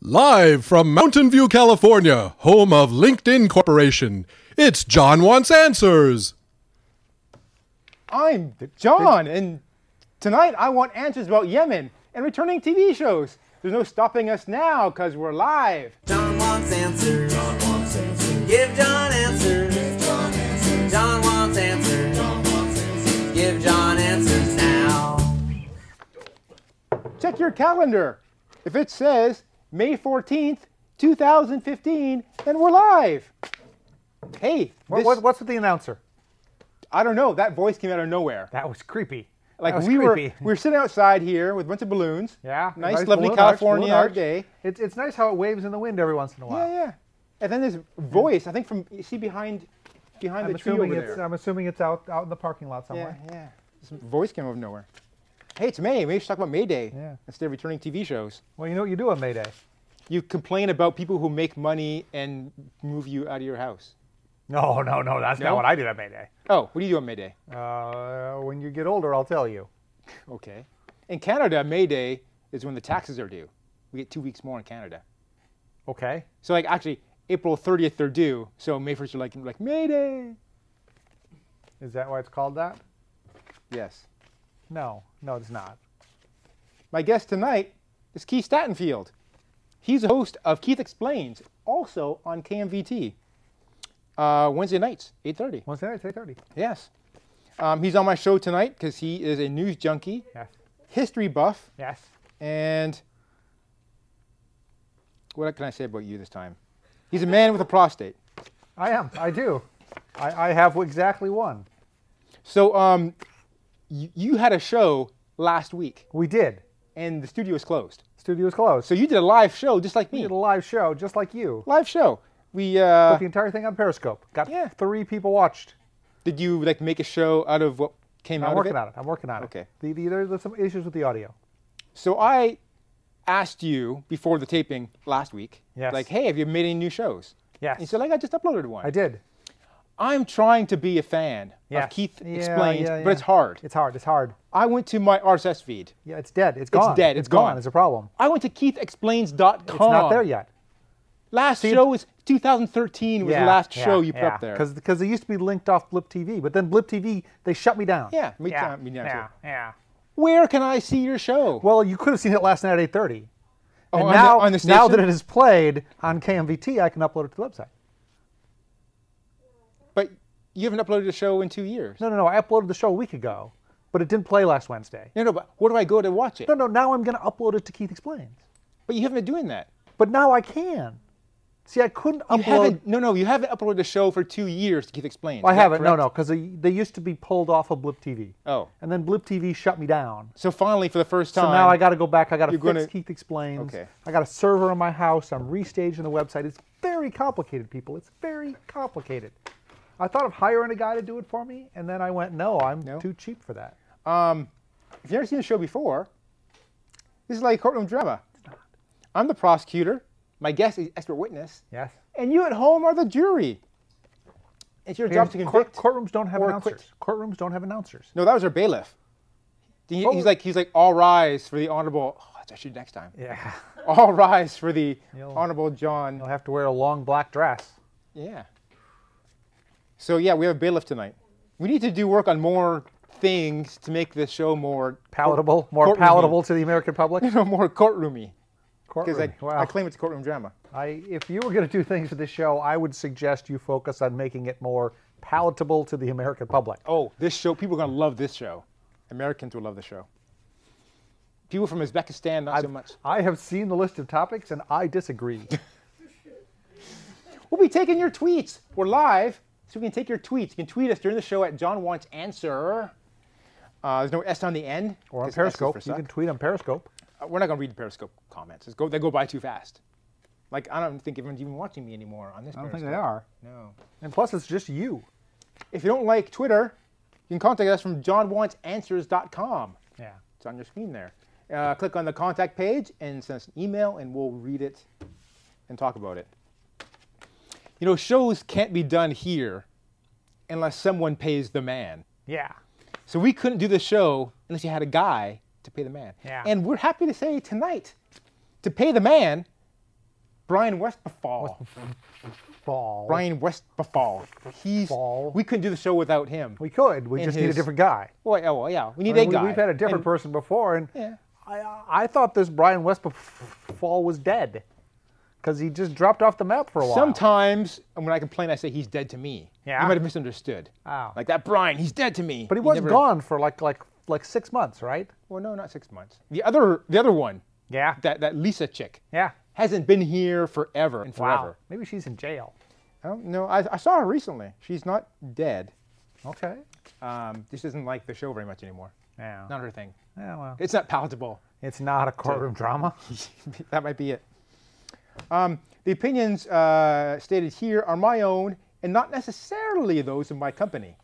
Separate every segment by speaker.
Speaker 1: Live from Mountain View, California, home of LinkedIn Corporation, it's John Wants Answers.
Speaker 2: I'm John, and tonight I want answers about Yemen and returning TV shows. There's no stopping us now because we're live.
Speaker 3: John wants answers. Give John answers. John wants answers. Give John answers now.
Speaker 2: Check your calendar. If it says May 14th, 2015, then we're live. Hey,
Speaker 4: What,
Speaker 2: this-
Speaker 4: what, what's with the announcer?
Speaker 2: I don't know. That voice came out of nowhere.
Speaker 4: That was creepy.
Speaker 2: Like
Speaker 4: that was
Speaker 2: we
Speaker 4: creepy.
Speaker 2: were, we were sitting outside here with a bunch of balloons.
Speaker 4: yeah,
Speaker 2: nice,
Speaker 4: nice
Speaker 2: lovely
Speaker 4: balloon arch,
Speaker 2: California
Speaker 4: balloon arch.
Speaker 2: day.
Speaker 4: It's it's nice how it waves in the wind every once in a while.
Speaker 2: Yeah, yeah. And then this voice, I think from you see behind, behind
Speaker 4: I'm
Speaker 2: the tree over
Speaker 4: assuming
Speaker 2: there.
Speaker 4: it's I'm assuming it's out out in the parking lot
Speaker 2: Yeah,
Speaker 4: somewhere.
Speaker 2: yeah. This voice came out of nowhere. Hey, it's May. Maybe we should talk about May Day
Speaker 4: Yeah.
Speaker 2: instead of returning TV shows.
Speaker 4: Well, you know what you do on May Day?
Speaker 2: You complain about people who make money and move you out of your house.
Speaker 4: No, no, no. That's
Speaker 2: No?
Speaker 4: not what I do on May Day.
Speaker 2: Oh, what do you do on May Day?
Speaker 4: Uh, when you get older, I'll tell you.
Speaker 2: Okay. In Canada, May Day is when the taxes are due. We get two weeks more in Canada.
Speaker 4: Okay.
Speaker 2: So, like, actually, April 30th they're due. So May 1st, you're like, like May Day.
Speaker 4: Is that why it's called that?
Speaker 2: Yes.
Speaker 4: No, no, it's not.
Speaker 2: My guest tonight is Keith Statenfield. He's a host of Keith Explains, also on KMVT, uh, Wednesday nights, 8:30.
Speaker 4: Wednesday night, eight thirty.
Speaker 2: Yes. Um, he's on my show tonight because he is a news junkie,
Speaker 4: Yes.
Speaker 2: history buff,
Speaker 4: Yes.
Speaker 2: and what can I say about you this time? He's a man with a prostate.
Speaker 4: I am. I do. I, I have exactly one.
Speaker 2: So, um, you, you had a show last week,
Speaker 4: We did.
Speaker 2: and the studio is closed.
Speaker 4: Studio is closed.
Speaker 2: So you did a live show just like
Speaker 4: we
Speaker 2: me.
Speaker 4: did a live show just like you.
Speaker 2: Live show. We uh,
Speaker 4: the entire thing on Periscope. Got
Speaker 2: Yeah.
Speaker 4: three people watched.
Speaker 2: did you like make a show out of what came out
Speaker 4: I'm
Speaker 2: of
Speaker 4: working
Speaker 2: it?
Speaker 4: on it. I'm working on it.
Speaker 2: Okay.
Speaker 4: The, the, there's some issues with the audio.
Speaker 2: So I asked you before the taping last week,
Speaker 4: Yes.
Speaker 2: like, hey, have you made any new shows?
Speaker 4: Yes.
Speaker 2: And you said, like, I just uploaded one.
Speaker 4: I did.
Speaker 2: I'm trying to be a fan
Speaker 4: Yeah.
Speaker 2: of Keith
Speaker 4: Yeah,
Speaker 2: Explains,
Speaker 4: yeah,
Speaker 2: but
Speaker 4: yeah.
Speaker 2: it's hard.
Speaker 4: It's hard. It's hard.
Speaker 2: I went to my RSS feed.
Speaker 4: Yeah, it's dead. It's gone.
Speaker 2: dead. It's
Speaker 4: It's gone.
Speaker 2: gone.
Speaker 4: It's a problem.
Speaker 2: I went to KeithExplains.com.
Speaker 4: It's not there yet.
Speaker 2: Last show was 2013 was the last show you put up there.
Speaker 4: Because they used to be linked off Blip TV, but then Blip TV, they shut me down.
Speaker 2: Yeah, me
Speaker 4: yeah.
Speaker 2: down- me down
Speaker 4: yeah.
Speaker 2: too.
Speaker 4: yeah.
Speaker 2: Where can I see your show?
Speaker 4: Well, you could have seen it last night at 8.30.
Speaker 2: Oh,
Speaker 4: and
Speaker 2: on the-
Speaker 4: now,
Speaker 2: on the
Speaker 4: now that
Speaker 2: station?
Speaker 4: it is played on KMVT, I can upload it to the website.
Speaker 2: but you haven't uploaded a show in two years.
Speaker 4: No, no, no. I uploaded the show a week ago, but it didn't play last Wednesday.
Speaker 2: no, no but where do I go to watch it?
Speaker 4: No, no. Now I'm going to upload it to Keith Explains.
Speaker 2: But you haven't been doing that.
Speaker 4: But now I can. See, I couldn't
Speaker 2: You
Speaker 4: upload.
Speaker 2: haven't, no, no, you haven't uploaded a show for two years to Keith Explains.
Speaker 4: I
Speaker 2: Is that
Speaker 4: haven't. No,
Speaker 2: correct?
Speaker 4: no, because they, they used to be pulled off of Blip TV.
Speaker 2: Oh.
Speaker 4: And then Blip TV shut me down.
Speaker 2: So finally, for the first time.
Speaker 4: So now I got to go back. I got to
Speaker 2: You're
Speaker 4: fix
Speaker 2: gonna-
Speaker 4: Keith Explains.
Speaker 2: Okay.
Speaker 4: I got a server in my house. I'm restaging the website. It's very complicated, people. It's very complicated. I thought of hiring a guy to do it for me, and then I went, no, I'm
Speaker 2: No.
Speaker 4: too cheap for that.
Speaker 2: If you've never seen the show before, this is like courtroom drama. I'm the prosecutor. My guest is expert witness.
Speaker 4: Yes.
Speaker 2: And you at home are the jury. It's your job to
Speaker 4: Court-
Speaker 2: convict.
Speaker 4: courtrooms don't have
Speaker 2: or
Speaker 4: announcers.
Speaker 2: acquit.
Speaker 4: Courtrooms don't have announcers.
Speaker 2: No, that was our bailiff. He-
Speaker 4: Oh.
Speaker 2: He's like, he's like, all rise for the honorable. Oh, I should next time.
Speaker 4: Yeah.
Speaker 2: All rise for the
Speaker 4: You'll-
Speaker 2: honorable John.
Speaker 4: You'll have to wear a long black dress.
Speaker 2: Yeah. So yeah, we have a bailiff tonight. We need to do work on more things to make this show more
Speaker 4: Palatable, more
Speaker 2: courtroomy.
Speaker 4: palatable to the American public.
Speaker 2: more courtroomy. Because
Speaker 4: Courtroom.
Speaker 2: I, I claim it's courtroom drama.
Speaker 4: I, if you were going to do things for this show, I would suggest you focus on making it more palatable to the American public.
Speaker 2: Oh, this show, people are going to love this show. Americans will love the show. People from Uzbekistan, not so much.
Speaker 4: I have seen the list of topics and I disagree.
Speaker 2: We'll be taking your tweets. We're live, so we can take your tweets. You can tweet us during the show at John Wants Answer. Uh, there's no S on the end.
Speaker 4: or on
Speaker 2: 'cause S is for
Speaker 4: Periscope, you
Speaker 2: suck.
Speaker 4: can tweet on Periscope.
Speaker 2: Uh, We're not going to read the Periscope comments. It's go, they go by too fast. Like, I don't think everyone's even watching me anymore on this
Speaker 4: I don't think
Speaker 2: Periscope.
Speaker 4: they are.
Speaker 2: No.
Speaker 4: And plus, it's just you.
Speaker 2: If you don't like Twitter, you can contact us from johnwantsanswers.com.
Speaker 4: Yeah.
Speaker 2: It's on your screen there. Uh, click on the contact page and send us an email, and we'll read it and talk about it. You know, shows can't be done here unless someone pays the man.
Speaker 4: Yeah.
Speaker 2: So we couldn't do the show unless you had a guy to pay the man.
Speaker 4: Yeah.
Speaker 2: And we're happy to say tonight, to pay the man Brian Westphal.
Speaker 4: Fall.
Speaker 2: Brian Westphal. He's.
Speaker 4: Fall.
Speaker 2: We couldn't do the show without him.
Speaker 4: We could. We
Speaker 2: In
Speaker 4: just need a
Speaker 2: his-
Speaker 4: different guy.
Speaker 2: Well, yeah, well, yeah. We
Speaker 4: I
Speaker 2: need
Speaker 4: mean,
Speaker 2: a
Speaker 4: we-
Speaker 2: guy.
Speaker 4: We've had a different
Speaker 2: And-
Speaker 4: person before, and
Speaker 2: Yeah.
Speaker 4: I, I thought this Brian Westphal was dead because he just dropped off the map for a while.
Speaker 2: Sometimes when I complain, I say he's dead to me.
Speaker 4: Yeah.
Speaker 2: You might have misunderstood.
Speaker 4: Oh.
Speaker 2: Like that Brian, he's dead to me.
Speaker 4: but he was
Speaker 2: never-
Speaker 4: gone for like like like six months, right?
Speaker 2: Well, no, not six months. The other, the other one,
Speaker 4: Yeah.
Speaker 2: that that Lisa chick,
Speaker 4: yeah.
Speaker 2: hasn't been here forever and
Speaker 4: Wow.
Speaker 2: forever.
Speaker 4: Maybe she's in jail.
Speaker 2: I don't know. Oh, I, I saw her recently. She's not dead.
Speaker 4: Okay.
Speaker 2: Um, just doesn't like the show very much anymore.
Speaker 4: Yeah.
Speaker 2: Not her thing.
Speaker 4: Yeah, well,
Speaker 2: It's not palatable.
Speaker 4: it's not a courtroom drama.
Speaker 2: that might be it. Um, the opinions uh, stated here are my own and not necessarily those of my company.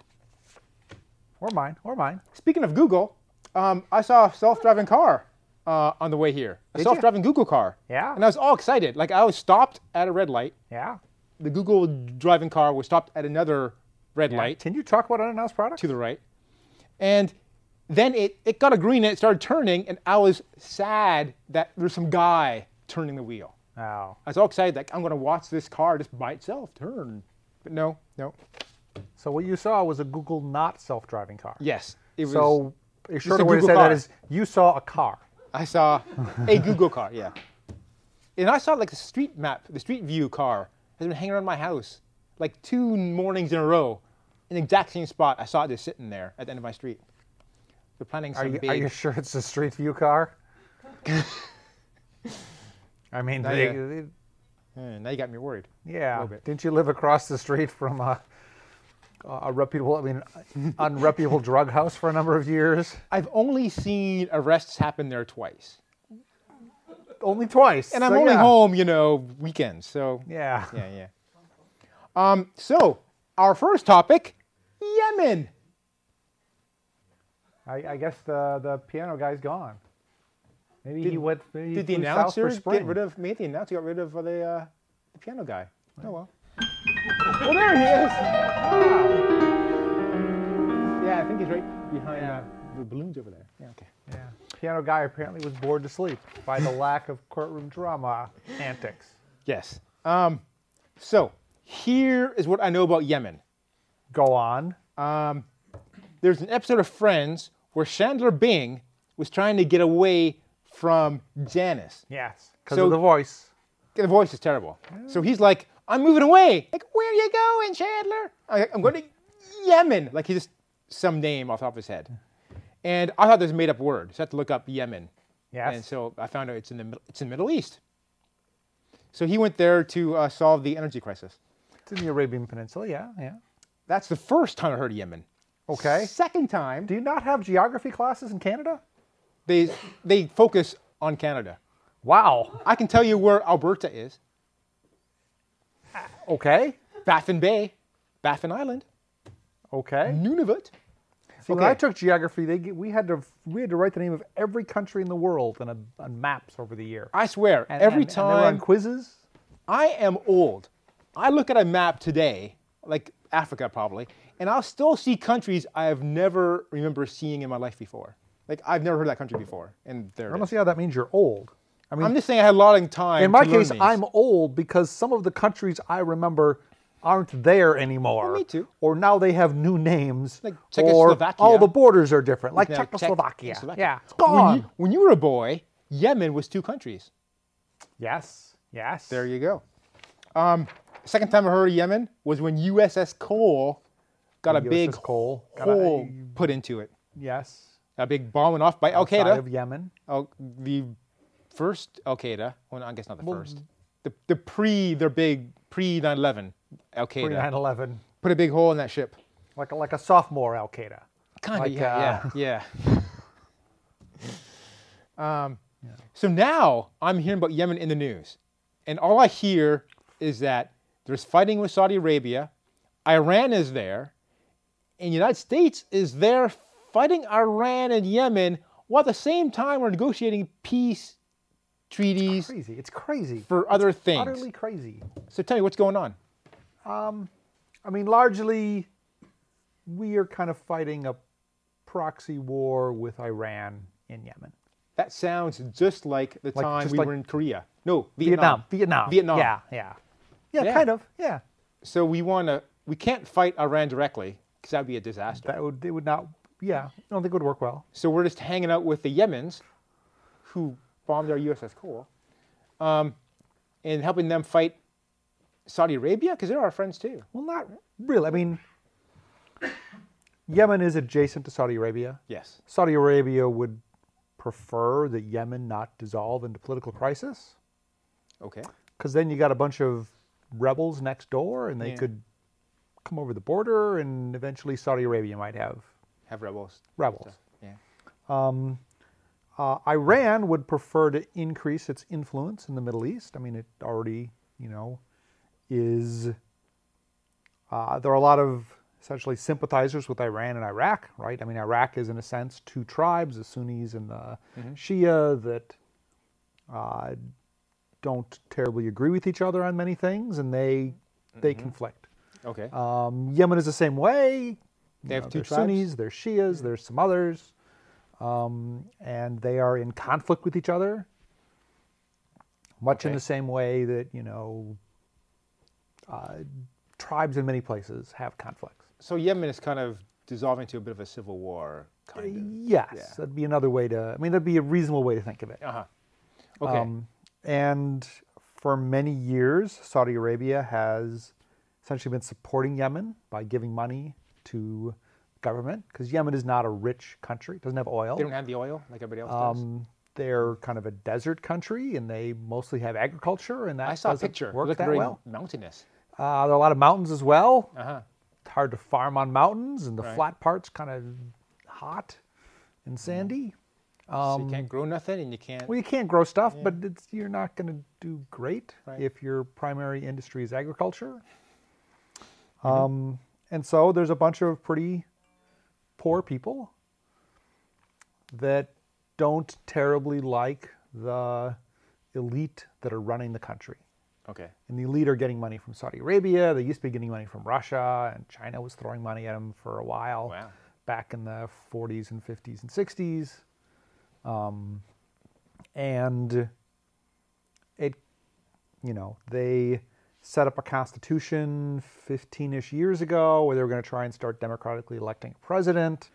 Speaker 4: Or mine. Or mine.
Speaker 2: Speaking of Google, um, I saw a self-driving car uh, on the way here. A
Speaker 4: Did ya?
Speaker 2: self-driving Google car.
Speaker 4: Yeah.
Speaker 2: And I was all excited. Like I was stopped at a red light.
Speaker 4: Yeah.
Speaker 2: The Google driving car was stopped at another red light
Speaker 4: Can you talk about unannounced products?
Speaker 2: to the right. And then it, it got a green and it started turning, and I was sad that there's some guy turning the wheel.
Speaker 4: Oh.
Speaker 2: I was all excited, like, I'm gonna watch this car just by itself turn. But no, no.
Speaker 4: So what you saw was a Google not self-driving car.
Speaker 2: Yes. It was
Speaker 4: So a shorter
Speaker 2: a
Speaker 4: way to
Speaker 2: Google
Speaker 4: say that
Speaker 2: car.
Speaker 4: is you saw a car.
Speaker 2: I saw a Google car, yeah. And I saw like the street map, the street view car has been hanging around my house like two mornings in a row in the exact same spot. I saw it just sitting there at the end of my street. They're planning some
Speaker 4: Are you,
Speaker 2: big.
Speaker 4: are you sure it's a street view car? I mean,
Speaker 2: Not
Speaker 4: they-
Speaker 2: yet.
Speaker 4: they-
Speaker 2: Hmm, now you got me worried.
Speaker 4: yeah.
Speaker 2: little bit.
Speaker 4: Didn't you live across the street from a, a reputable, I mean, an unreputable drug house for a number of years?
Speaker 2: I've only seen arrests happen there twice.
Speaker 4: Only twice.
Speaker 2: And I'm
Speaker 4: so
Speaker 2: only
Speaker 4: yeah.
Speaker 2: home, you know, weekends. So,
Speaker 4: Yeah.
Speaker 2: yeah, yeah. Um, so, our first topic Yemen.
Speaker 4: I, I guess the, the piano guy's gone. Maybe he
Speaker 2: Did-
Speaker 4: went. Maybe he
Speaker 2: Did the
Speaker 4: flew south for
Speaker 2: announcer get
Speaker 4: spring.
Speaker 2: rid of? Maybe the announcer got rid of the, uh, the piano guy. Oh well. well, there he is. Ah. Yeah, I think he's right behind
Speaker 4: Oh, Yeah.
Speaker 2: uh, the balloons over there. Yeah, okay.
Speaker 4: Yeah. Piano guy apparently was bored to sleep by the lack of courtroom drama antics.
Speaker 2: Yes. Um, so here is what I know about Yemen.
Speaker 4: Go on.
Speaker 2: There's an episode of Friends where Chandler Bing was trying to get away from Janice.
Speaker 4: Yes. Because
Speaker 2: So-
Speaker 4: of the voice.
Speaker 2: The voice is terrible. So he's like, I'm moving away. Like, where are you going, Chandler? I- I'm going to Yemen. Like, he just some name off the top of his head. And I thought this was a made up word. So I had to look up Yemen.
Speaker 4: Yes.
Speaker 2: And so I found out it's in the, Mid- it's in the Middle East. So he went there to uh, solve the energy crisis.
Speaker 4: It's in the Arabian Peninsula. Yeah. Yeah.
Speaker 2: That's the first time I heard of Yemen.
Speaker 4: Okay.
Speaker 2: Second time,
Speaker 4: Do you not have geography classes in Canada?
Speaker 2: they, they focus on Canada.
Speaker 4: Wow.
Speaker 2: I can tell you where Alberta is
Speaker 4: Okay.
Speaker 2: Baffin Bay, Baffin Island,
Speaker 4: Okay.
Speaker 2: Nunavut.
Speaker 4: See, when
Speaker 2: Mm-hmm.
Speaker 4: I
Speaker 2: Okay.
Speaker 4: took geography, they, g- we had to we had to write the name of every country in the world on, a, on maps over the year.
Speaker 2: I swear,
Speaker 4: And-
Speaker 2: every
Speaker 4: and- and they were
Speaker 2: time
Speaker 4: on quizzes.
Speaker 2: I am old. I look at a map today, like Africa probably, and I'll still see countries I have never remember seeing in my life before. Like I've never heard of that country before, and there
Speaker 4: I
Speaker 2: it
Speaker 4: don't
Speaker 2: is.
Speaker 4: see how that means you're old. I mean,
Speaker 2: I'm just saying I had a lot of time.
Speaker 4: in my
Speaker 2: to learn
Speaker 4: case,
Speaker 2: these.
Speaker 4: I'm old because some of the countries I remember aren't there anymore.
Speaker 2: me too.
Speaker 4: Or now they have new names.
Speaker 2: Like
Speaker 4: or all
Speaker 2: Czechoslovakia.
Speaker 4: the borders are different, like
Speaker 2: Now, Czech-
Speaker 4: Czechoslovakia.
Speaker 2: Czechoslovakia.
Speaker 4: Yeah, it's
Speaker 2: When
Speaker 4: gone.
Speaker 2: you, when you were a boy, Yemen was two countries.
Speaker 4: yes, yes.
Speaker 2: There you go. Um, second time I heard of Yemen was when USS Cole got a big
Speaker 4: USS Cole got a-
Speaker 2: hole put into it.
Speaker 4: Yes.
Speaker 2: A big bombing off by Al
Speaker 4: Side
Speaker 2: Qaeda.
Speaker 4: of Yemen. Oh,
Speaker 2: Al- Oh, the first Al Qaeda. Well, no, I guess not the first. The the pre their big pre 9/11 Al
Speaker 4: Pre
Speaker 2: Qaeda
Speaker 4: 9/11,
Speaker 2: put a big hole in that ship.
Speaker 4: like a, like a sophomore Al Qaeda.
Speaker 2: Kind of
Speaker 4: Like,
Speaker 2: yeah, yeah yeah. um, So now I'm hearing about Yemen in the news, and all I hear is that there's fighting with Saudi Arabia, Iran is there, and the United States is there fighting Iran and Yemen while at the same time we're negotiating peace treaties
Speaker 4: Crazy. It's crazy.
Speaker 2: for other things.
Speaker 4: Utterly crazy.
Speaker 2: So tell me what's going on.
Speaker 4: I mean, largely, we are kind of fighting a proxy war with Iran in Yemen.
Speaker 2: That sounds just like the
Speaker 4: Like-
Speaker 2: time
Speaker 4: just
Speaker 2: we
Speaker 4: like-
Speaker 2: were in Korea. No, Vietnam.
Speaker 4: Vietnam.
Speaker 2: Vietnam.
Speaker 4: Vietnam. Yeah, yeah. Yeah,
Speaker 2: Yeah.
Speaker 4: kind of. Yeah.
Speaker 2: So we want to. We can't fight Iran directly because that would be a disaster.
Speaker 4: That would, it would not, yeah, I don't think it would work well.
Speaker 2: So we're just hanging out with the Yemens, who bombed our USS Cole, um, and helping them fight Saudi Arabia because they're our friends too.
Speaker 4: Well, not really. I mean, Yemen is adjacent to Saudi Arabia.
Speaker 2: Yes.
Speaker 4: Saudi Arabia would prefer that Yemen not dissolve into political crisis
Speaker 2: Okay.
Speaker 4: because then you got a bunch of rebels next door and they
Speaker 2: Yeah.
Speaker 4: could come over the border and eventually Saudi Arabia might have
Speaker 2: Have rebels.
Speaker 4: rebels.
Speaker 2: Yeah.
Speaker 4: Uh, Iran would prefer to increase its influence in the Middle East. I mean, it already, you know, is. Uh, there are a lot of essentially sympathizers with Iran and Iraq, right? I mean, Iraq is, in a sense, two tribes, the Sunnis and the Shia, that uh, don't terribly agree with each other on many things, and they they conflict.
Speaker 2: Okay.
Speaker 4: Um, Yemen is the same way.
Speaker 2: They have two
Speaker 4: there's
Speaker 2: tribes?
Speaker 4: Uh, Sunnis, there's Shias, there's some others, um, and they are in conflict with each other, much in
Speaker 2: Okay.
Speaker 4: the same way that you know uh, tribes in many places have conflicts.
Speaker 2: so Yemen is kind of dissolving to a bit of a civil war, kind of.
Speaker 4: Yes, that'd be another way to. I mean, that'd be a reasonable way to think of it.
Speaker 2: Uh huh. Okay.
Speaker 4: Um, and for many years, Saudi Arabia has essentially been supporting Yemen by giving money to government because Yemen is not a rich country; it doesn't have oil.
Speaker 2: they don't have the oil like everybody else does.
Speaker 4: um, they're kind of a desert country, and they mostly have agriculture, and that
Speaker 2: I saw a
Speaker 4: doesn't
Speaker 2: picture. It
Speaker 4: work
Speaker 2: looked
Speaker 4: that
Speaker 2: very
Speaker 4: well.
Speaker 2: mountainous.
Speaker 4: Uh, there are a lot of mountains as well.
Speaker 2: Uh huh.
Speaker 4: It's hard to farm on mountains, and the
Speaker 2: Right.
Speaker 4: flat part's kind of hot and sandy. Um,
Speaker 2: so you can't grow nothing, and you can't.
Speaker 4: Well, you can't grow stuff, but it's, you're not going to do great
Speaker 2: Right.
Speaker 4: if your primary industry is agriculture. Um, and so there's a bunch of pretty poor people that don't terribly like the elite that are running the country.
Speaker 2: okay.
Speaker 4: And the elite are getting money from Saudi Arabia. They used to be getting money from Russia, and China was throwing money at them for a while
Speaker 2: Wow.
Speaker 4: back in the 40s and 50s and 60s. Um, and it, you know, they set up a constitution 15 ish years ago where they were going to try and start democratically electing a president.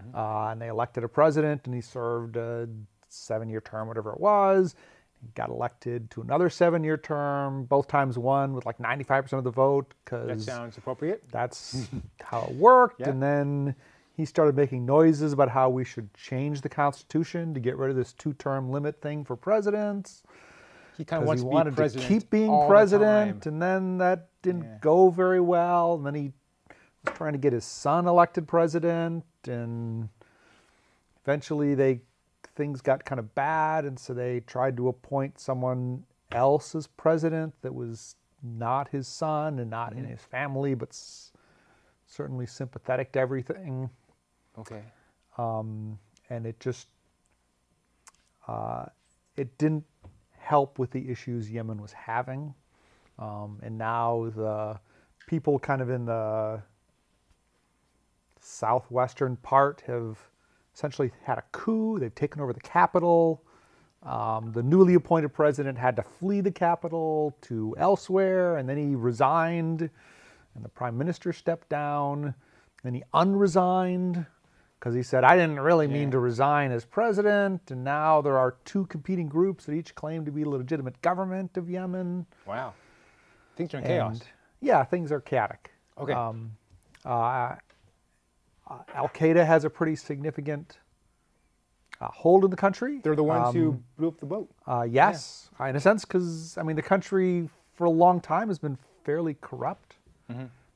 Speaker 2: Mm-hmm.
Speaker 4: Uh, and they elected a president, and he served a seven year term, whatever it was. He got elected to another seven year term, both times won with like 95% of the vote
Speaker 2: That
Speaker 4: because
Speaker 2: sounds appropriate.
Speaker 4: that's how it worked.
Speaker 2: Yeah.
Speaker 4: And then he started making noises about how we should change the Constitution to get rid of this two term limit thing for presidents.
Speaker 2: He kind of wants
Speaker 4: Because he
Speaker 2: to be
Speaker 4: wanted to,
Speaker 2: president.
Speaker 4: keep
Speaker 2: all
Speaker 4: being
Speaker 2: the
Speaker 4: president.
Speaker 2: time.
Speaker 4: And then that didn't
Speaker 2: Yeah.
Speaker 4: go very well. And then he was trying to get his son elected president. And eventually they things got kind of bad. And so they tried to appoint someone else as president that was not his son and not
Speaker 2: Mm.
Speaker 4: in his family, but s- certainly sympathetic to everything.
Speaker 2: Okay.
Speaker 4: And it just uh, it didn't help with the issues Yemen was having. Um, and now the people kind of in the southwestern part have essentially had a coup. They've taken over the capital. Um, the newly appointed president had to flee the capital to elsewhere, and then he resigned, and the prime minister stepped down. Then he unresigned because he said, I didn't really mean to resign as president. And now there are two competing groups that each claim to be legitimate government of Yemen.
Speaker 2: Wow. Things are in chaos.
Speaker 4: And, yeah, things are chaotic. Um, uh,
Speaker 2: Okay.
Speaker 4: Al Qaeda has a pretty significant uh, hold in the country.
Speaker 2: They're the ones
Speaker 4: Um,
Speaker 2: who blew up the boat.
Speaker 4: Uh, yes, uh, in a sense, because I mean, the country for a long time has been fairly corrupt,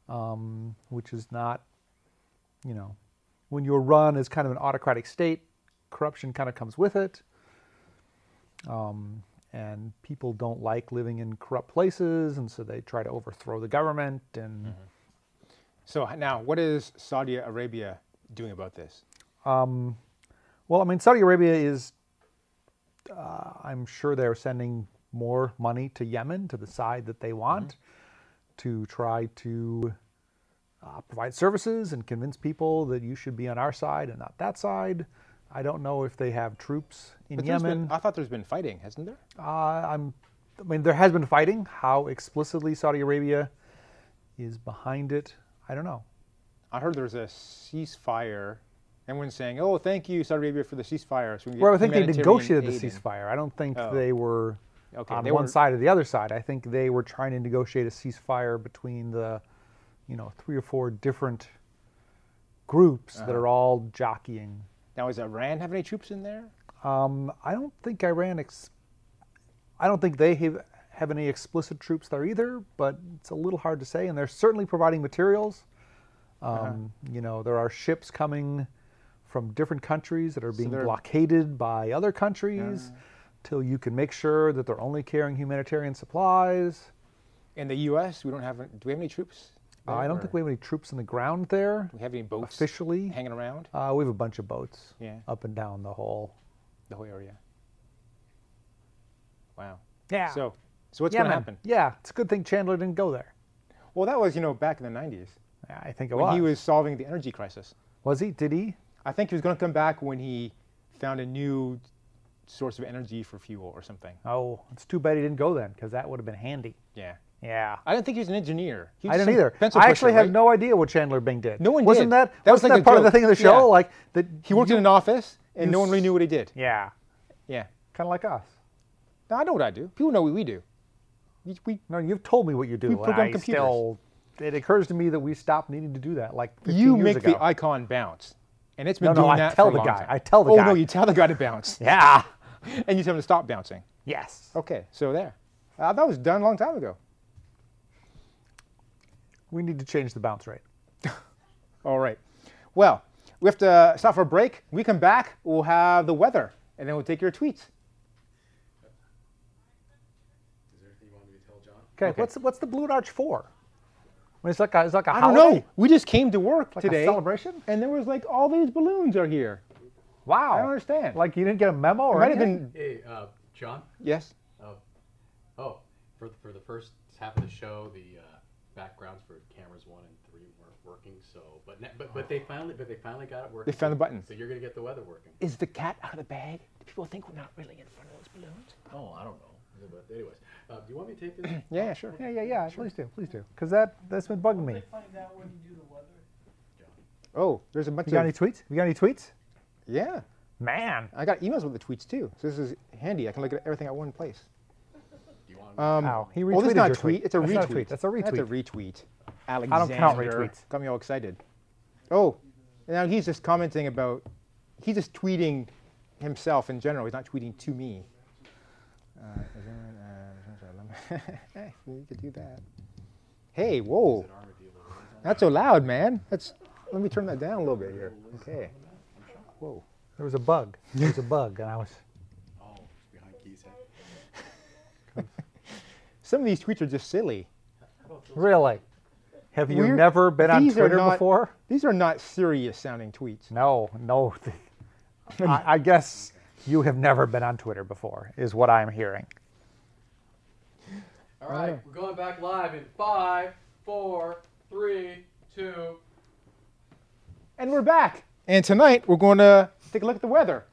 Speaker 4: um, which is not, you know, when you're run as kind of an autocratic state, corruption kind of comes with it. Um, and people don't like living in corrupt places, and so they try to overthrow the government. And
Speaker 2: So h- now, what is Saudi Arabia doing about this?
Speaker 4: well, I mean, Saudi Arabia is, uh, I'm sure they're sending more money to Yemen, to the side that they want.
Speaker 2: Mm-hmm.
Speaker 4: to try to uh, provide services and convince people that you should be on our side and not that side. I don't know if they have troops in
Speaker 2: But there's been-
Speaker 4: Yemen.
Speaker 2: I thought there's been fighting, hasn't there?
Speaker 4: Uh, I'm, I mean, there has been fighting. How explicitly Saudi Arabia is behind it, I don't know.
Speaker 2: I heard there's a ceasefire. Everyone's saying, "Oh, thank you, Saudi Arabia, for the ceasefire." So we can get
Speaker 4: Well, I think they
Speaker 2: humanitarian
Speaker 4: negotiated the
Speaker 2: aid in."
Speaker 4: ceasefire. I don't think
Speaker 2: Oh.
Speaker 4: they were
Speaker 2: Okay,
Speaker 4: on
Speaker 2: they
Speaker 4: one
Speaker 2: were-
Speaker 4: side or the other side. I think they were trying to negotiate a ceasefire between the, you know, three or four different groups
Speaker 2: Uh-huh.
Speaker 4: that are all jockeying.
Speaker 2: Now, does Iran have any troops in there?
Speaker 4: Um, I don't think Iran. Ex- I don't think they have, have any explicit troops there either. But it's a little hard to say. And they're certainly providing materials. Um,
Speaker 2: Uh-huh.
Speaker 4: You know, there are ships coming from different countries that are being
Speaker 2: they're- Uh-huh.
Speaker 4: blockaded by other countries till you can make sure that they're only carrying humanitarian supplies.
Speaker 2: In the U.S., we don't have. Do we have any troops?
Speaker 4: Uh, I don't think we have any troops on the ground there
Speaker 2: Do we have any boats
Speaker 4: officially.
Speaker 2: hanging around
Speaker 4: Uh, we have a bunch of boats
Speaker 2: Yeah.
Speaker 4: up and down the whole.
Speaker 2: the whole area? Wow.
Speaker 4: Yeah.
Speaker 2: So, so what's
Speaker 4: yeah,
Speaker 2: going to
Speaker 4: man.
Speaker 2: happen?
Speaker 4: Yeah, it's a good thing Chandler didn't go there.
Speaker 2: Well, that was you know back in the '90s
Speaker 4: Yeah, I think it
Speaker 2: when
Speaker 4: was.
Speaker 2: he was solving the energy crisis.
Speaker 4: Was he? Did he?
Speaker 2: I think he was going to come back when he found a new source of energy for fuel or something.
Speaker 4: Oh, it's too bad he didn't go then, because that would have been handy.
Speaker 2: Yeah.
Speaker 4: Yeah.
Speaker 2: I didn't think he was an engineer. He was
Speaker 4: I didn't
Speaker 2: some
Speaker 4: either.
Speaker 2: pencil
Speaker 4: I
Speaker 2: pusher,
Speaker 4: actually have
Speaker 2: right?
Speaker 4: no idea what Chandler Bing did.
Speaker 2: No one
Speaker 4: wasn't
Speaker 2: did.
Speaker 4: that
Speaker 2: That was
Speaker 4: wasn't
Speaker 2: like
Speaker 4: that
Speaker 2: a
Speaker 4: part of the
Speaker 2: joke.
Speaker 4: thing of the show?
Speaker 2: Yeah.
Speaker 4: Like that
Speaker 2: He worked in an office, and
Speaker 4: you
Speaker 2: no one really knew what he did.
Speaker 4: Yeah,
Speaker 2: Yeah.
Speaker 4: kind of like us.
Speaker 2: Now I know what I do. People know what we do. We, we
Speaker 4: No, you've told me what you do. and
Speaker 2: program
Speaker 4: I
Speaker 2: computers.
Speaker 4: still- it occurs to me that we stopped needing to do that like 15
Speaker 2: you
Speaker 4: years
Speaker 2: make
Speaker 4: ago.
Speaker 2: the icon bounce, and it's been
Speaker 4: No, no,
Speaker 2: doing
Speaker 4: I
Speaker 2: that
Speaker 4: tell
Speaker 2: for a
Speaker 4: the
Speaker 2: long
Speaker 4: guy.
Speaker 2: time.
Speaker 4: I tell the
Speaker 2: oh,
Speaker 4: guy.
Speaker 2: no, you tell the guy to bounce,
Speaker 4: yeah.
Speaker 2: and you tell him to stop bouncing.
Speaker 4: Yes.
Speaker 2: Okay, so there. Uh, that was done a long time ago.
Speaker 4: We need to change the bounce rate.
Speaker 2: All right. Well, we have to uh, stop for a break. When we come back. We'll have the weather, and then we'll take your tweets.
Speaker 4: Okay.
Speaker 2: Okay.
Speaker 4: What's what's the blue arch for? When it's like a, it's like a
Speaker 2: I don't know. We just came to work
Speaker 4: Like a
Speaker 2: today.
Speaker 4: celebration?
Speaker 2: And there was like all these balloons are here.
Speaker 4: Wow.
Speaker 2: I don't understand.
Speaker 4: Like you didn't get a memo or
Speaker 2: It might have
Speaker 4: anything?
Speaker 2: been
Speaker 5: Hey, uh, John.
Speaker 2: yes.
Speaker 5: Oh, for for the first half of the show, the uh, backgrounds for cameras one and three weren't working. So, but ne- but but they finally but they finally got it working.
Speaker 2: found the button.
Speaker 5: So you're gonna get the weather working.
Speaker 2: Is the cat out of the bag? Do people think we're not really in front of those balloons?
Speaker 5: Oh, I don't know. But anyways, uh, do you want me to take this?
Speaker 2: Yeah, yeah, sure.
Speaker 4: Yeah, yeah, yeah. Please do, please do, because that that's been bugging me.
Speaker 2: Oh, there's a bunch
Speaker 4: You
Speaker 2: of
Speaker 4: got any tweets? You got any tweets?
Speaker 2: yeah.
Speaker 4: Man.
Speaker 2: I got emails with the tweets too, so this is handy. I can look at everything at one place.
Speaker 5: Do you want?
Speaker 2: Um,
Speaker 4: Ow, he
Speaker 2: well, this is
Speaker 4: retweeted
Speaker 2: not a
Speaker 4: your
Speaker 2: tweet.
Speaker 4: tweet.
Speaker 2: It's a
Speaker 4: That's
Speaker 2: retweet.
Speaker 4: not a tweet, that's a
Speaker 2: That's a
Speaker 4: retweet.
Speaker 2: retweet. Alexander
Speaker 4: count retweets.
Speaker 2: Got me all excited. Oh, now he's just commenting about. He's just tweeting himself in general. He's not tweeting to me. Uh, is anyone, uh, hey, you could do that. Hey, whoa! Not so loud, man. That's. Let me turn that down a little bit here. Okay. Whoa.
Speaker 4: There was a bug. There was a bug, and I was.
Speaker 5: Oh, it's behind Keith's head.
Speaker 2: Some of these tweets are just silly.
Speaker 4: Really? Have you
Speaker 2: We're-
Speaker 4: never been on
Speaker 2: these are
Speaker 4: Twitter
Speaker 2: not-
Speaker 4: before?
Speaker 2: These are not serious sounding tweets.
Speaker 4: No, no. I, I guess you have never been on Twitter before, is what I'm hearing.
Speaker 5: All right, we're going back live in five, four, three, two.
Speaker 2: And we're back. And tonight we're going to take a look at the weather.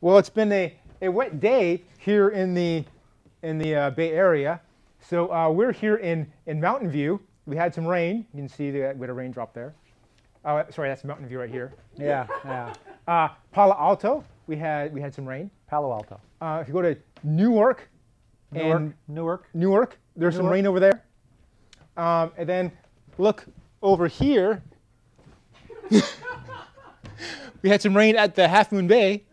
Speaker 2: Well, it's been a, a wet day here in the in the uh, Bay Area. So uh, we're here in in Mountain View. We had some rain. You can see the we had a raindrop there. Oh, sorry, that's Mountain View right here.
Speaker 4: Yeah, yeah.
Speaker 2: Uh, Palo Alto, we had we had some rain.
Speaker 4: Palo Alto,
Speaker 2: Uh, if you go to Newark, and
Speaker 4: Newark, Newark.
Speaker 2: Newark. There's some
Speaker 4: Newark.
Speaker 2: rain over there. Um, and then look over here. we had some rain at the Half Moon Bay.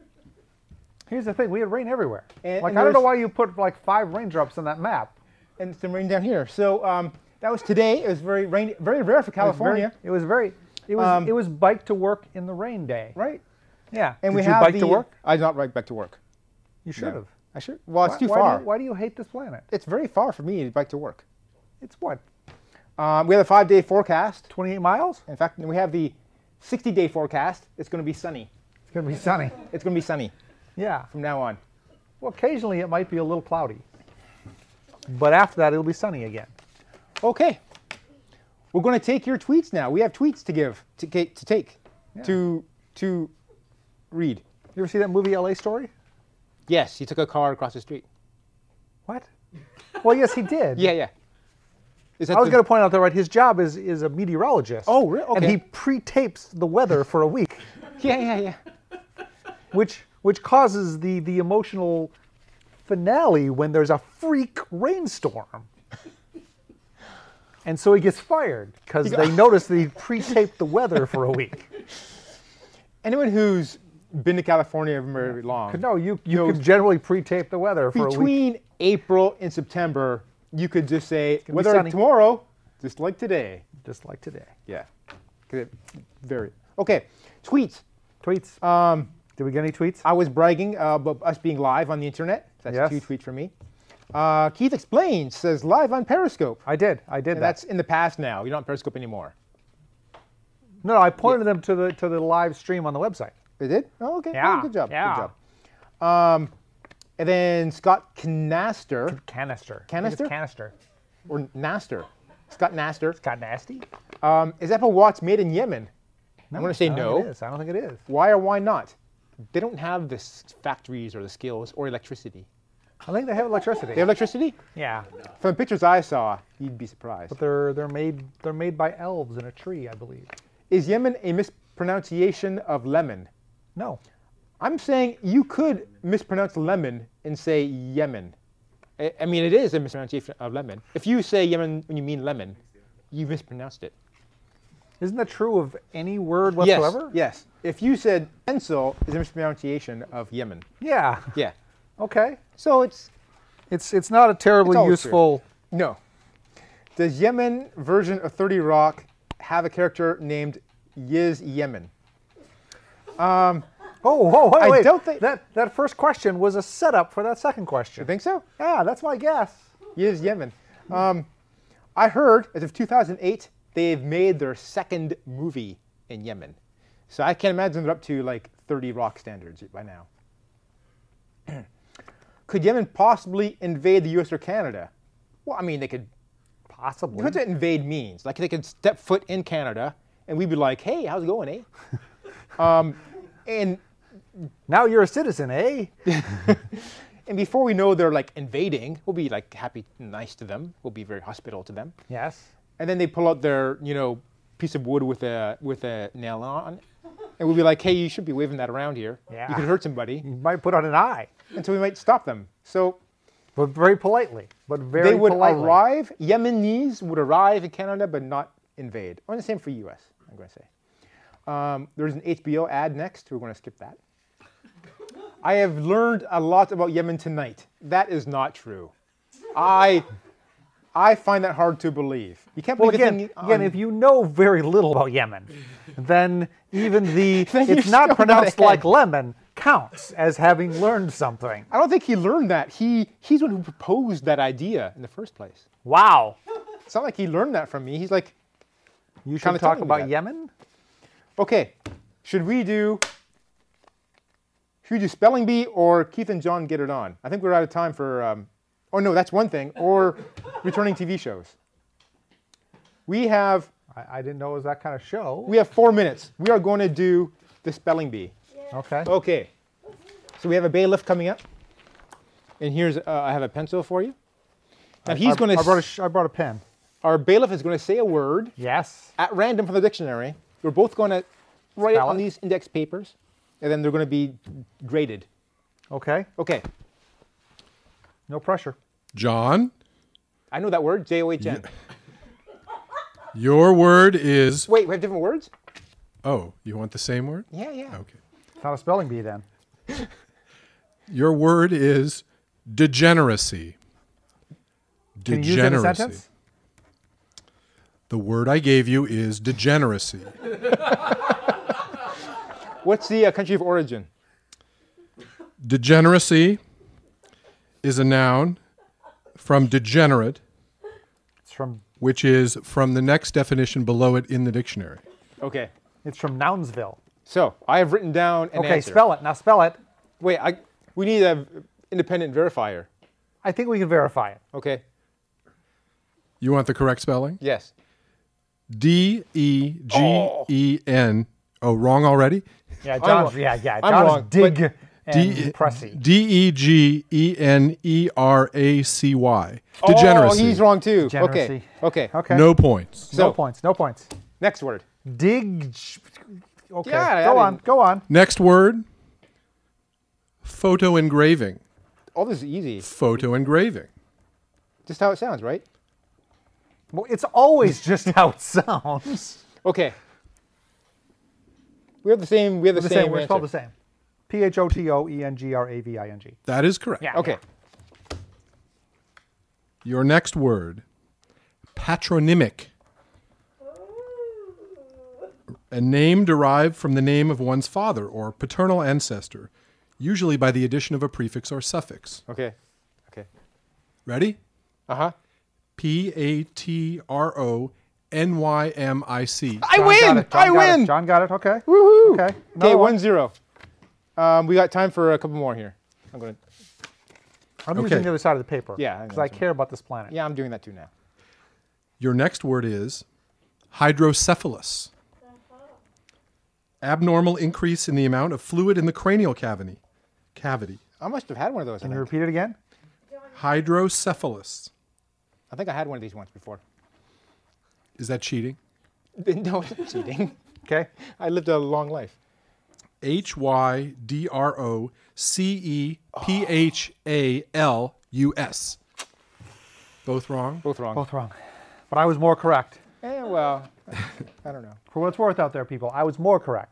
Speaker 4: Here's the thing: we had rain everywhere.
Speaker 2: And-
Speaker 4: like
Speaker 2: and
Speaker 4: I don't know
Speaker 2: there's-
Speaker 4: why you put like five raindrops on that map.
Speaker 2: and some rain down here. So um, that was today. It was very rainy, very rare for
Speaker 4: It was very-
Speaker 2: California,
Speaker 4: It was very. It was
Speaker 2: Um,
Speaker 4: it was bike to work in the rain day.
Speaker 2: right?
Speaker 4: Yeah.
Speaker 2: And
Speaker 4: Did
Speaker 2: we
Speaker 4: you
Speaker 2: have
Speaker 4: bike
Speaker 2: the,
Speaker 4: to work?
Speaker 2: I did not bike back to work.
Speaker 4: You should
Speaker 2: No.
Speaker 4: have.
Speaker 2: I should. Well, it's
Speaker 4: Why-
Speaker 2: too
Speaker 4: why
Speaker 2: far.
Speaker 4: Do you, why do you hate this planet?
Speaker 2: It's very far for me to bike to work.
Speaker 4: It's what
Speaker 2: Um, we have a five-day forecast.
Speaker 4: 28 miles.
Speaker 2: In fact, we have the 60-day forecast. It's going to be sunny.
Speaker 4: It's gonna be sunny.
Speaker 2: It's going to be sunny
Speaker 4: Yeah.
Speaker 2: from now on.
Speaker 4: Well, occasionally it might be a little cloudy, but after that it'll be sunny again.
Speaker 2: Okay. We're going to take your tweets now. We have tweets to give, to, ca- to take, to to read.
Speaker 4: You ever see that movie L.A. Story?
Speaker 2: Yes, he took a car across the street.
Speaker 4: What? Well, yes, he did.
Speaker 2: Yeah, yeah. Is that
Speaker 4: I was
Speaker 2: the-
Speaker 4: going to point out though, right? His job is is a meteorologist.
Speaker 2: Oh, re-
Speaker 4: And
Speaker 2: okay.
Speaker 4: he pre-tapes the weather for a week,
Speaker 2: Yeah, yeah, yeah.
Speaker 4: which which causes the the emotional finale when there's a freak rainstorm. And so he gets fired because they notice that he pre-taped the weather for a week.
Speaker 2: Anyone who's been to California very long,
Speaker 4: No, you you
Speaker 2: No.
Speaker 4: can generally pre-tape the weather for a week.
Speaker 2: between April and September, you could just say
Speaker 4: be
Speaker 2: weather
Speaker 4: sunny.
Speaker 2: tomorrow, just like today.
Speaker 4: just like today.
Speaker 2: Yeah. 'Cause it Very. Okay. Tweets.
Speaker 4: Tweets. Um, did we get any tweets?
Speaker 2: I was bragging uh, about us being live on the internet. That's
Speaker 4: Yes.
Speaker 2: two tweets from me. Uh, Keith explains says live on Periscope.
Speaker 4: I did. I
Speaker 2: And
Speaker 4: did that.
Speaker 2: that's in the past now. You don't have Periscope anymore.
Speaker 4: No, I pointed them to the to the live stream on the website.
Speaker 2: They did? Oh, okay. Oh,
Speaker 4: Yeah,
Speaker 2: good job.
Speaker 4: yeah.
Speaker 2: Good job. Um, and then Scott Knaster
Speaker 4: Canister. I think
Speaker 2: Canister?
Speaker 4: it's Canister.
Speaker 2: or Naster, Scott Naster,
Speaker 4: Got nasty.
Speaker 2: um, is Apple Watch made in Yemen? I'm going to say
Speaker 4: I don't think
Speaker 2: no.
Speaker 4: It is. I don't think it is.
Speaker 2: Why or why not? They don't have the s- factories or the skills or electricity.
Speaker 4: I think they have electricity.
Speaker 2: They have electricity?
Speaker 4: yeah,
Speaker 2: From the pictures I saw, you'd be surprised.
Speaker 4: but they're they're made they're made by elves in a tree, I believe.
Speaker 2: Is Yemen a mispronunciation of lemon?
Speaker 4: No,
Speaker 2: I'm saying you could mispronounce lemon and say Yemen. I, I mean, it is a mispronunciation of lemon. If you say Yemen when you mean lemon, you mispronounced it.
Speaker 4: isn't that true of any word whatsoever?
Speaker 2: Yes. yes. If you said pencil, is a mispronunciation of Yemen.
Speaker 4: Yeah.
Speaker 2: Yeah.
Speaker 4: Okay.
Speaker 2: So it's
Speaker 4: It's it's not a terribly
Speaker 2: all true.
Speaker 4: useful.
Speaker 2: no. Does Yemen version of 30 Rock have a character named Yiz Yemen?
Speaker 4: Oh, whoa, wait,
Speaker 2: I
Speaker 4: wait.
Speaker 2: don't think-
Speaker 4: that that first question was a setup for that second question.
Speaker 2: You think so?
Speaker 4: Yeah, that's my guess.
Speaker 2: Yiz Yemen. Um, I heard as of 2008 they've made their second movie in Yemen, so I can imagine they're up to like 30 Rock standards by now. could Yemen possibly invade the U.S. or Canada? Well, I mean they could
Speaker 4: Possibly.
Speaker 2: What does invade means? Like they could step foot in Canada and we'd be like, "Hey, how's it going, eh?" um, and
Speaker 4: Now you're a citizen, eh?
Speaker 2: and before we know they're like invading, we'll be like happy, nice to them. We'll be very hospitable to them.
Speaker 4: Yes.
Speaker 2: And then they pull out their you know piece of wood with a with a nail on, and we'll be like, "Hey, you should be waving that around here.
Speaker 4: Yeah.
Speaker 2: You could hurt somebody."
Speaker 4: You might put on an eye,
Speaker 2: and so we might stop them. So
Speaker 4: but very politely. But very
Speaker 2: they would
Speaker 4: politely.
Speaker 2: arrive. Yemenis would arrive in Canada, but not invade. Or the same for U.S. I'm going to say. Um, there's an HBO ad next. We're going to skip that. I have learned a lot about Yemen tonight. That is not true. I, I find that hard to believe. You can't
Speaker 4: Well,
Speaker 2: believe a
Speaker 4: again,
Speaker 2: thing
Speaker 4: again,
Speaker 2: on-
Speaker 4: if you know very little about Yemen, then even the
Speaker 2: you're
Speaker 4: it's not
Speaker 2: still
Speaker 4: pronounced
Speaker 2: ahead.
Speaker 4: like lemon counts as having learned something.
Speaker 2: I don't think he learned that. He he's the one who proposed that idea in the first place.
Speaker 4: Wow.
Speaker 2: It's not like he learned that from me. He's like,
Speaker 4: You should
Speaker 2: Kinda
Speaker 4: talk
Speaker 2: telling me
Speaker 4: about
Speaker 2: that.
Speaker 4: Yemen?
Speaker 2: Okay, should we do should we do spelling bee or Keith and John get it on? I think we're out of time for. Um, oh no, that's one thing. Or returning TV shows. We have
Speaker 4: I, I didn't know it was that kind of show.
Speaker 2: we have four minutes. We are going to do the spelling bee.
Speaker 4: okay.
Speaker 2: Okay. So we have a bailiff coming up, and here's uh, I have a pencil for you. Now he's going
Speaker 4: I,
Speaker 2: to.
Speaker 4: I brought a sh- I brought a pen.
Speaker 2: our bailiff is going to say a word
Speaker 4: Yes.
Speaker 2: at random from the dictionary. We're both going to write it
Speaker 4: Spell
Speaker 2: on
Speaker 4: it.
Speaker 2: these index papers, and then they're going to be graded.
Speaker 4: Okay.
Speaker 2: Okay,
Speaker 4: No pressure.
Speaker 1: John,
Speaker 2: I know that word, J O H N.
Speaker 1: your word is.
Speaker 2: Wait, we have different words?
Speaker 1: Oh, you want the same word?
Speaker 2: Yeah, yeah.
Speaker 1: Okay.
Speaker 4: It's not a spelling bee then.
Speaker 1: Your word is degeneracy.
Speaker 4: Can you use it in a
Speaker 1: Degeneracy.
Speaker 4: sentence?
Speaker 1: The word I gave you is degeneracy.
Speaker 2: What's the uh, country of origin?
Speaker 1: Degeneracy is a noun from degenerate,
Speaker 4: It's from
Speaker 1: which is from the next definition below it in the dictionary.
Speaker 2: Okay.
Speaker 4: it's from Nounsville.
Speaker 2: So I have written down an
Speaker 4: Okay,
Speaker 2: answer.
Speaker 4: spell it. Now spell it.
Speaker 2: Wait, I, we need an independent verifier.
Speaker 4: I think we can verify it.
Speaker 2: Okay.
Speaker 1: You want the correct spelling?
Speaker 2: Yes.
Speaker 1: D E G E N. Oh, wrong already?
Speaker 4: Yeah, John's,
Speaker 2: wrong.
Speaker 4: yeah, yeah.
Speaker 2: I'm
Speaker 4: John's
Speaker 2: wrong, but
Speaker 4: dig and
Speaker 1: D
Speaker 4: pressy.
Speaker 1: D E G E N E R A C Y.
Speaker 2: Oh,
Speaker 1: Degeneracy.
Speaker 2: he's wrong too.
Speaker 4: Degeneracy.
Speaker 2: Okay. Okay.
Speaker 4: Okay.
Speaker 1: No points.
Speaker 4: no
Speaker 2: So
Speaker 4: points. No points.
Speaker 2: next word.
Speaker 4: Dig. Okay.
Speaker 2: Yeah, I
Speaker 4: go on.
Speaker 2: didn't-
Speaker 4: Go on.
Speaker 1: Next word photo engraving.
Speaker 2: All this is easy.
Speaker 1: Photo engraving.
Speaker 2: Just how it sounds, right?
Speaker 4: Well, it's always just how it sounds.
Speaker 2: Okay. We have the same. We have the,
Speaker 4: The
Speaker 2: same.
Speaker 4: same. We're
Speaker 2: answer.
Speaker 4: spelled the same.
Speaker 6: P H O T O E N G R A V I N G.
Speaker 1: That is correct.
Speaker 4: Yeah.
Speaker 2: Okay.
Speaker 1: Your next word patronymic. A name derived from the name of one's father or paternal ancestor, usually by the addition of a prefix or suffix.
Speaker 2: Okay. Okay.
Speaker 1: Ready?
Speaker 2: Uh huh.
Speaker 1: P A T R O N Y M I C.
Speaker 2: I
Speaker 4: John got
Speaker 2: win.
Speaker 4: it, John
Speaker 2: I
Speaker 4: got it,
Speaker 2: win.
Speaker 4: John got it. Okay.
Speaker 2: Woohoo.
Speaker 4: Okay.
Speaker 2: Okay.
Speaker 4: Another one.
Speaker 2: One zero. Um, we got time for a couple more here. I'm gonna.
Speaker 4: I'm
Speaker 1: Okay.
Speaker 4: using the other side of the paper.
Speaker 2: Yeah.
Speaker 4: Because I care about this planet.
Speaker 2: Yeah, I'm doing that too now.
Speaker 1: Your next word is hydrocephalus. Abnormal increase in the amount of fluid in the cranial cavity. Cavity.
Speaker 2: I must have had one of those. I
Speaker 4: Can you
Speaker 2: think.
Speaker 4: repeat it again?
Speaker 1: Hydrocephalus.
Speaker 2: I think I had one of these once before.
Speaker 1: Is that cheating?
Speaker 2: No, it's cheating.
Speaker 4: Okay.
Speaker 2: I lived a long life.
Speaker 1: H Y D R O C E P H A L U S. Both wrong.
Speaker 2: Both wrong.
Speaker 4: Both wrong. But I was more correct.
Speaker 2: Eh, well, I don't know.
Speaker 4: For what it's worth out there, people, I was more correct.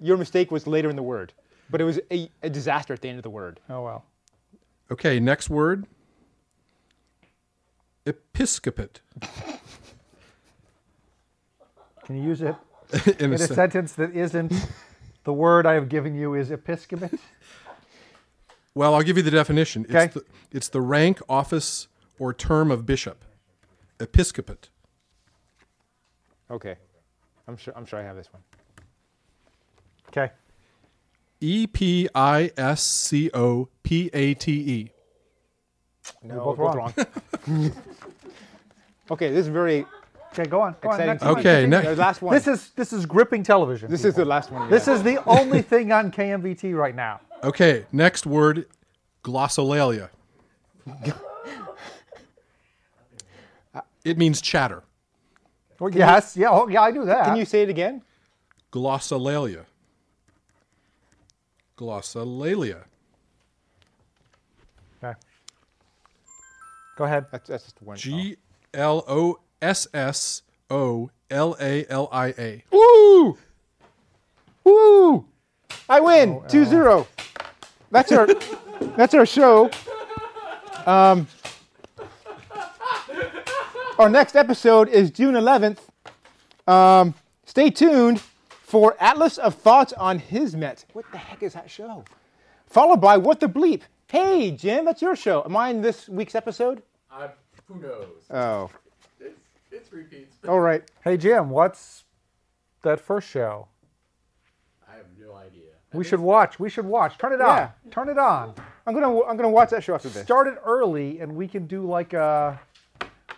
Speaker 2: Your mistake was later in the word, but it was a, a disaster at the end of the word.
Speaker 4: Oh well.
Speaker 1: Okay, next word. Episcopate.
Speaker 4: Can you use it
Speaker 1: In a
Speaker 4: in a
Speaker 1: sen-
Speaker 4: sentence that isn't the word I have given you is episcopate?
Speaker 1: Well, I'll give you the definition.
Speaker 4: Okay.
Speaker 1: It's, the, it's the rank, office, or term of bishop. Episcopate.
Speaker 2: Okay, I'm sure. I'm sure I have this one.
Speaker 4: Okay.
Speaker 1: E P I S C O P A T E.
Speaker 2: No,
Speaker 4: both wrong.
Speaker 2: okay, this is very.
Speaker 4: Okay, go on. Go on.
Speaker 2: Exciting
Speaker 4: Next
Speaker 2: time.
Speaker 4: one.
Speaker 1: Okay,
Speaker 4: Continue.
Speaker 1: next-
Speaker 2: The last one.
Speaker 4: This is this is gripping television.
Speaker 2: This is the last one. we
Speaker 4: This
Speaker 2: have.
Speaker 4: is the only thing on KMVT right now.
Speaker 1: Okay, next word glossolalia. it means chatter.
Speaker 4: yes. yeah. Oh, yeah. I knew that.
Speaker 2: Can you say it again?
Speaker 1: Glossolalia. Glossolalia.
Speaker 4: Okay. Go ahead.
Speaker 2: That's, that's just one.
Speaker 1: G L O S S O L A L I A.
Speaker 2: Woo! Woo! I win 2 0. That's our that's our show. Um, our next episode is June 11th. Um, stay tuned for Atlas of Thoughts on Hizmet. What the heck is that show? Followed by What the Bleep. Hey, Jim, that's your show. Am I in this week's episode?
Speaker 5: I, who knows?
Speaker 2: Oh,
Speaker 5: It's, it's repeats.
Speaker 2: all right.
Speaker 4: Hey Jim, what's that first show?
Speaker 5: I have no idea.
Speaker 4: We should watch. We should watch. Turn it on.
Speaker 2: Yeah.
Speaker 4: Turn it on.
Speaker 2: I'm gonna I'm gonna watch that show after this.
Speaker 4: Start it early, and we can do like a.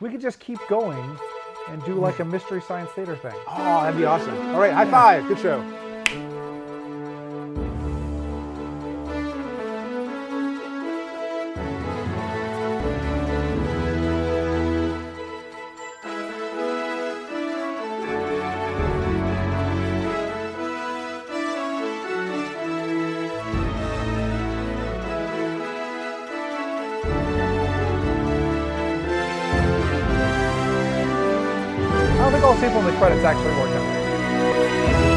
Speaker 4: We could just keep going, and do like a mystery science theater thing.
Speaker 2: Oh, that'd be awesome. All right, high five. Good show.
Speaker 4: I don't think all the people in the credits actually work out.